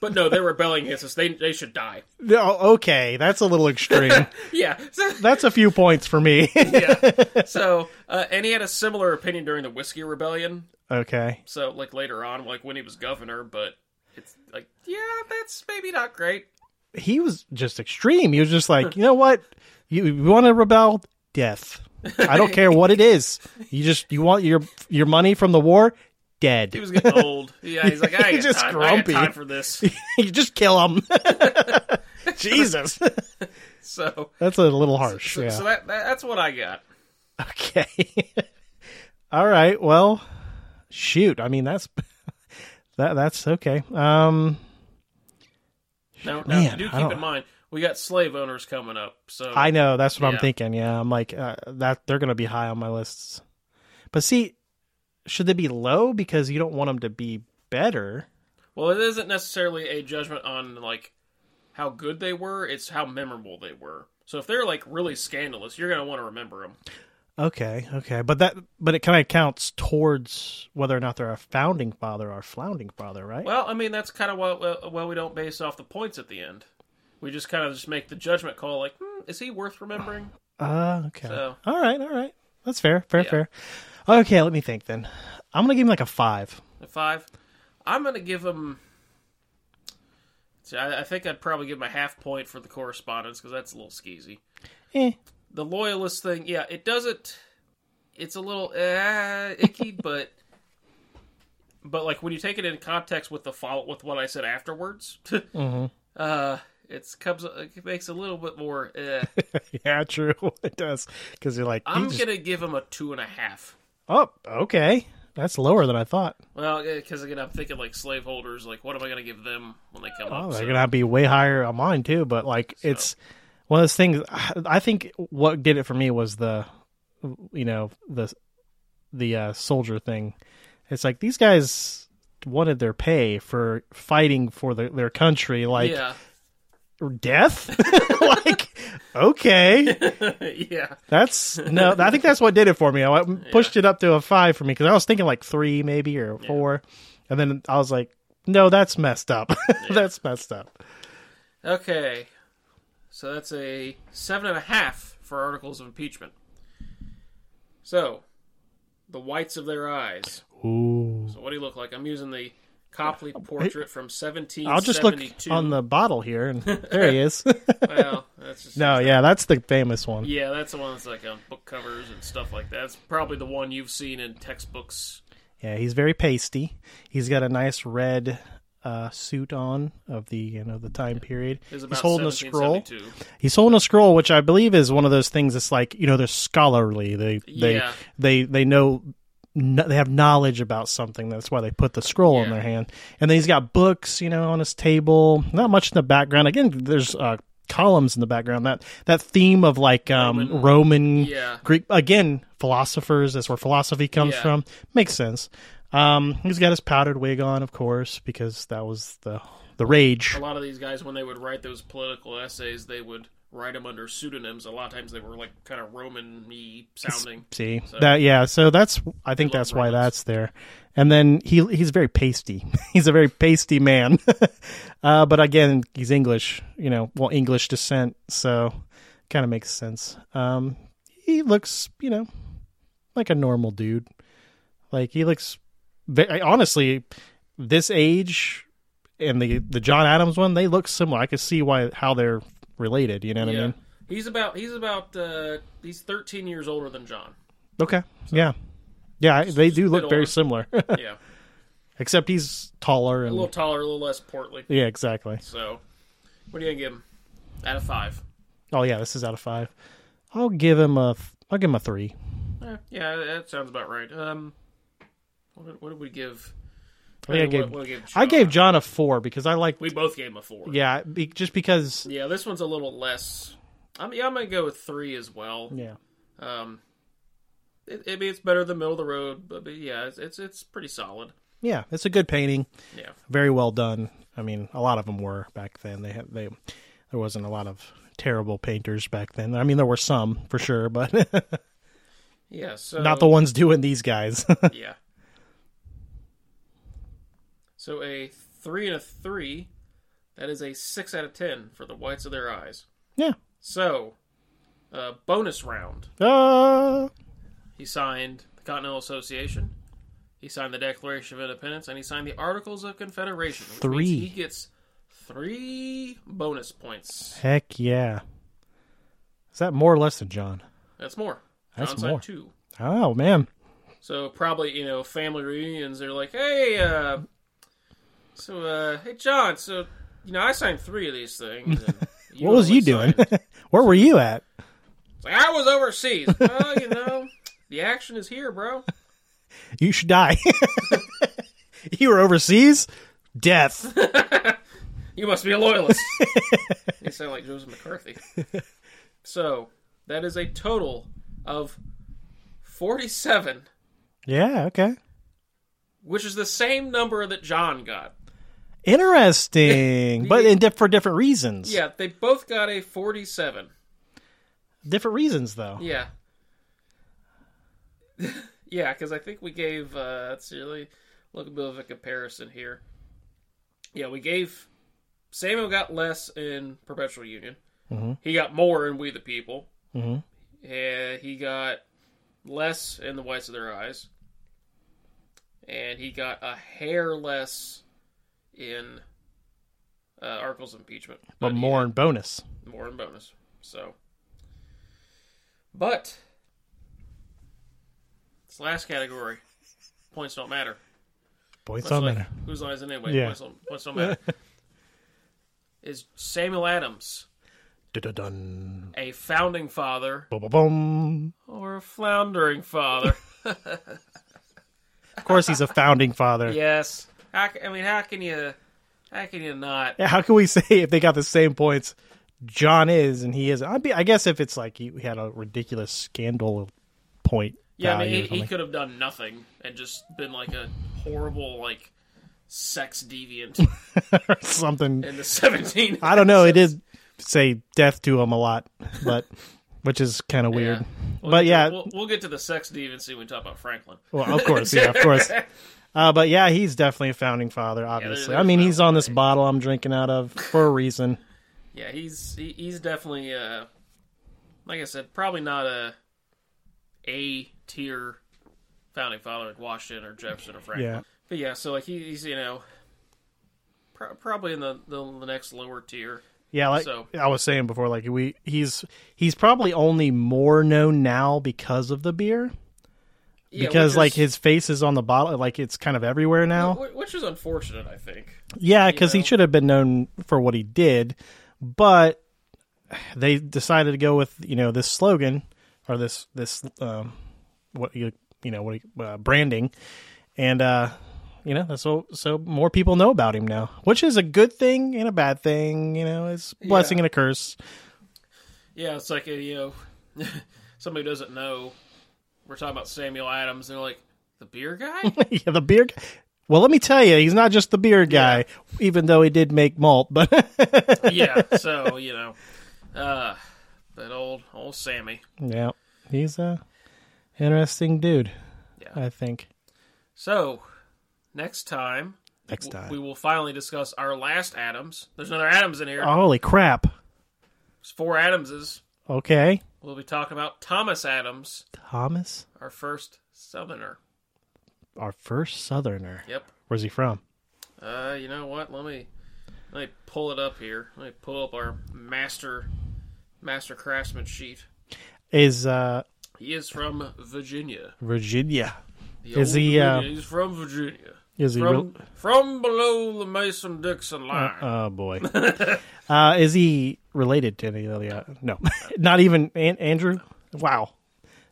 A: but no, they're rebelling against us. They, they should die.
B: no, okay. That's a little extreme.
A: Yeah. So,
B: That's a few points for me.
A: yeah. So, uh, and he had a similar opinion during the Whiskey Rebellion.
B: okay,
A: So, like later on, like when he was governor, but it's like, yeah, that's maybe not great.
B: he was just extreme. He was just like, you know what, you, you want to rebel? Death. I don't care what it is. You just you want your your money from the war? Dead.
A: He was getting old. Yeah, he's like, I ain't
B: He's
A: got
B: just
A: time. I ain't got
B: grumpy.
A: time for this.
B: you just kill him. Jesus,
A: So,
B: that's a little harsh.
A: so,
B: yeah.
A: so that, that that's what I got.
B: okay. All right. Well, shoot. I mean, that's that. That's okay. Um,
A: Now, now
B: Man,
A: do
B: I
A: keep
B: don't-
A: in mind we got slave owners coming up. So
B: I know that's what
A: Yeah.
B: I'm thinking. Yeah, I'm like uh, that. They're gonna be high on my lists. But see, should they be low because you don't want them to be better?
A: well, it isn't necessarily a judgment on like how good they were; it's how memorable they were. So if they're like really scandalous, you're gonna want to remember them.
B: Okay, okay, but that but it kind of counts towards whether or not they're a founding father or a flounding father, right?
A: Well, I mean that's kind of why why we don't base off the points at the end. We just kind of just make the judgment call, like, hmm, is he worth remembering?
B: Uh, okay.
A: So-
B: All right, all right. That's fair, fair,
A: Yeah.
B: fair. Okay, let me think then. I'm gonna give him like a five.
A: A five. I'm gonna give him. See, I I think I'd probably give him a half point for the correspondence because that's a little skeezy.
B: Eh.
A: the loyalist thing, yeah, it doesn't. It's a little uh, icky, but but like when you take it in context with the follow with what I said afterwards,
B: Mm-hmm.
A: uh, it's comes it makes a little bit more. Uh,
B: yeah, true. It does because you're like, you
A: I'm
B: just-
A: gonna give him a two and a half.
B: oh, okay. That's lower than I thought.
A: Well, because again, I'm thinking like slaveholders. Like, what am I gonna give them when they come
B: Oh,
A: up?
B: they're
A: So-
B: gonna be way higher on mine too. But like, it's one of those things. I I think what did it for me was the, you know, the the uh, soldier thing. It's like these guys wanted their pay for fighting for the, their country. Like,
A: yeah,
B: death like okay
A: yeah,
B: that's no i think that's what did it for me i pushed it up to a five for me because i was thinking like three maybe or four and then i was like no that's messed up that's messed up
A: Okay. So that's a seven and a half for articles of impeachment. So, the whites of their eyes.
B: Ooh.
A: So, what do you look like? I'm using the Copley portrait from 1772.
B: i'll just look on the bottle here and there he is
A: Well, that's just.
B: no yeah that's the famous one
A: Yeah, that's the one that's like on book covers and stuff like that. That's probably the one you've seen in textbooks.
B: yeah he's very pasty he's got a nice red uh, suit on of the you know the time period
A: Is
B: he's
A: about
B: holding a scroll
A: 1772.
B: He's holding a scroll, which I believe is one of those things that's like you know they're scholarly. They they
A: Yeah.
B: they they know kn- they have knowledge about something. That's why they put the scroll in
A: Yeah.
B: their hand. And then he's got books, you know, on his table. Not much in the background. Again, there's uh, columns in the background. That that theme of like um, Roman,
A: Roman. Yeah.
B: Greek again philosophers. That's where philosophy comes
A: Yeah.
B: from. Makes sense. Um, he's got his powdered wig on, of course, because that was the the rage.
A: A lot of these guys, when they would write those political essays, they would write them under pseudonyms. A lot of times they were like kind of Roman y sounding.
B: See that, yeah. So that's I think
A: love
B: that's why
A: Romans.
B: that's there. And then he he's very pasty. he's a very pasty man. uh, but again, he's English. You know, well, English descent, so kind of makes sense. Um, he looks, you know, like a normal dude. Like he looks, ve- honestly, this age and the the John Adams one, they look similar. I could see why how they're related. You know what I mean?
A: He's about he's about uh, he's 13 years older than John.
B: Okay. yeah. Yeah, I- they do
A: just a
B: look
A: bit
B: very
A: older.
B: similar,
A: Yeah,
B: except he's taller
A: a little
B: and
A: taller, a little less portly.
B: yeah, exactly.
A: So, what are you gonna give him? Out of five.
B: Oh yeah, this is out of five. I'll give him a th- I'll give him a three.
A: Eh, yeah, that sounds about right. Um, what did, what did we give?
B: I think I
A: what-
B: gave
A: what we give
B: I
A: Sean?
B: gave John a four because I like
A: We both gave him a four.
B: yeah, be, just because
A: Yeah, this one's a little less I'm, yeah, I'm gonna go with three as well.
B: Yeah.
A: Um, it, I mean, it's better than middle of the road, but, but yeah, it's, it's it's pretty solid.
B: Yeah, it's a good painting.
A: Yeah.
B: Very well done. I mean, a lot of them were back then. They had they there wasn't a lot of terrible painters back then. I mean, there were some for sure, but
A: Yeah. So
B: not the ones doing these guys.
A: yeah. So a three and a three, that is a six out of ten for the whites of their eyes.
B: yeah.
A: So, uh, bonus round.
B: Uh,
A: He signed the Continental Association. He signed the Declaration of Independence, and he signed the Articles of Confederation. Which means
B: Three.
A: he gets three bonus points.
B: heck yeah. Is that more or less than John?
A: That's more.
B: That's
A: John signed
B: more.
A: two.
B: Oh man.
A: So probably you know family reunions. They're like, hey, uh, so uh, hey John, so you know I signed three of these things. and
B: What was you
A: only
B: doing?
A: signed-
B: Where were you at?
A: It's like I was overseas. well, you know, the action is here, bro.
B: You should die. you were overseas? Death.
A: You must be a loyalist. you sound like Joseph McCarthy. So that is a total of forty-seven,
B: Yeah, okay.
A: which is the same number that John got.
B: Interesting, but in di- for different reasons.
A: Yeah, they both got a forty-seven.
B: Different reasons though.
A: Yeah. yeah, because I think we gave. Uh, let's see, really look a bit of a comparison here. Yeah, we gave. Samuel got less in Perpetual Union.
B: Mhm.
A: He got more in We the People.
B: Mhm.
A: Yeah, he got less in The Whites of Their Eyes. And he got a hair less in uh, Articles of Impeachment.
B: But
A: he
B: more in bonus.
A: more in bonus. So, but this last category, points don't matter.
B: Points
A: Much
B: on
A: like
B: matter.
A: Whose line is it anyway?
B: Yeah.
A: Points, don't, points don't matter. is Samuel Adams
B: Dun-dun-dun.
A: a founding father
B: Boom.
A: or a floundering father?
B: Of course, he's a founding father.
A: yes. How, ca- I mean, how can you? How can you not?
B: Yeah, How can we say if they got the same points? John is and he is. I'd be, I guess if it's like he had a ridiculous scandal point.
A: Yeah, I mean,
B: value or
A: he, he
B: something.
A: could have done nothing and just been like a horrible like sex deviant
B: Or something.
A: in the 17.
B: I don't know. It did say death to him a lot, but which is kind of weird.
A: We'll get
B: but
A: to-
B: yeah,
A: we'll, we'll get to the sex deviancy when we talk about Franklin.
B: Well, of course, yeah, of course. Uh, but yeah, he's definitely a founding father. Obviously, I mean,
A: there's
B: he's
A: no
B: on this
A: way.
B: bottle I'm drinking out of for a reason.
A: Yeah, he's he, he's definitely uh, like I said, probably not a A tier founding father like Washington or Jefferson or Franklin.
B: Yeah.
A: But yeah, so like he, he's you know pro- probably in the, the the next lower tier.
B: Yeah, like
A: So-
B: I was saying before, like we he's he's probably only more known now because of the beer,
A: Yeah,
B: because
A: which
B: like
A: is-
B: his face is on the bottle, like it's kind of everywhere now.
A: wh- which is unfortunate, I think.
B: Yeah, because he
A: know.
B: should have been known for what he did, but they decided to go with you know this slogan or this this um, what you you know what he- uh, branding, and uh, you know that's so so more people know about him now, which is a good thing and a bad thing. You know, it's a blessing
A: Yeah.
B: and a curse.
A: Yeah, it's like uh, you know somebody who doesn't know. We're talking about Samuel Adams, and they're like the beer guy.
B: yeah, the beer. Guy. Well, let me tell you, he's not just the beer guy, even though he did make malt. But
A: yeah, so you know, uh, but old old Sammy.
B: yeah, he's a interesting dude.
A: Yeah.
B: I think
A: So next time,
B: next
A: w-
B: time.
A: we will finally discuss our last Adams. There's another Adams in here.
B: Holy crap.
A: There's four Adamses.
B: Okay.
A: We'll be talking about Thomas Adams,
B: Thomas,
A: our first Southerner.
B: our first Southerner.
A: Yep.
B: Where's he from?
A: Uh, you know what? Let me let me pull it up here. Let me pull up our master master craftsman sheet.
B: Is uh
A: He is from Virginia.
B: Virginia.
A: The
B: Is
A: old
B: he, uh,
A: Virginia. He's from Virginia.
B: Is he
A: From from below the Mason Dixon line.
B: real- Oh boy. uh is he related to any of the uh, no. Not even An- Andrew? Wow.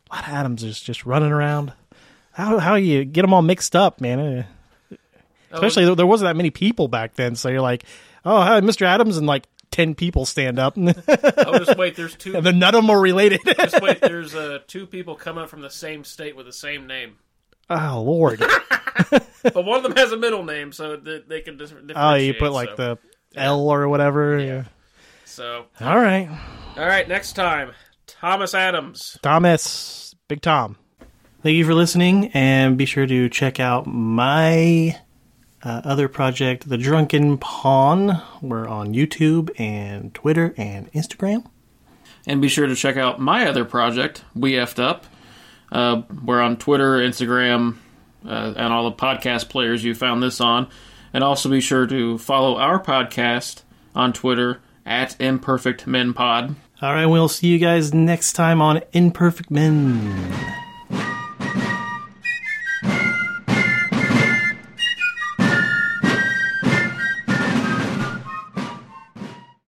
B: A lot of Adams is just running around. How how you get them all mixed up, man? Eh. Especially there- there wasn't that many people back then, so you're like, "Oh, hi, Mr. Adams," and like ten people stand up, and
A: Oh, just wait. There's two.
B: then none of them are related.
A: Just wait. There's uh, two people come up from the same state with the same name,
B: oh Lord!
A: but one of them has a middle name, so that they can dis- differentiate.
B: Oh, you put like
A: so.
B: the L or whatever. Yeah.
A: So,
B: All right,
A: all right. Next time, Thomas Adams.
B: Thomas, Big Tom. Thank you for listening, and be sure to check out my uh, other project, The Drunken Pawn. We're on YouTube and Twitter and Instagram.
A: And be sure to check out my other project, We Effed Up. Uh, we're on Twitter, Instagram, uh, and all the podcast players you found this on. And also be sure to follow our podcast on Twitter at Imperfect Men Pod.
B: All right, we'll see you guys next time on Imperfect Men.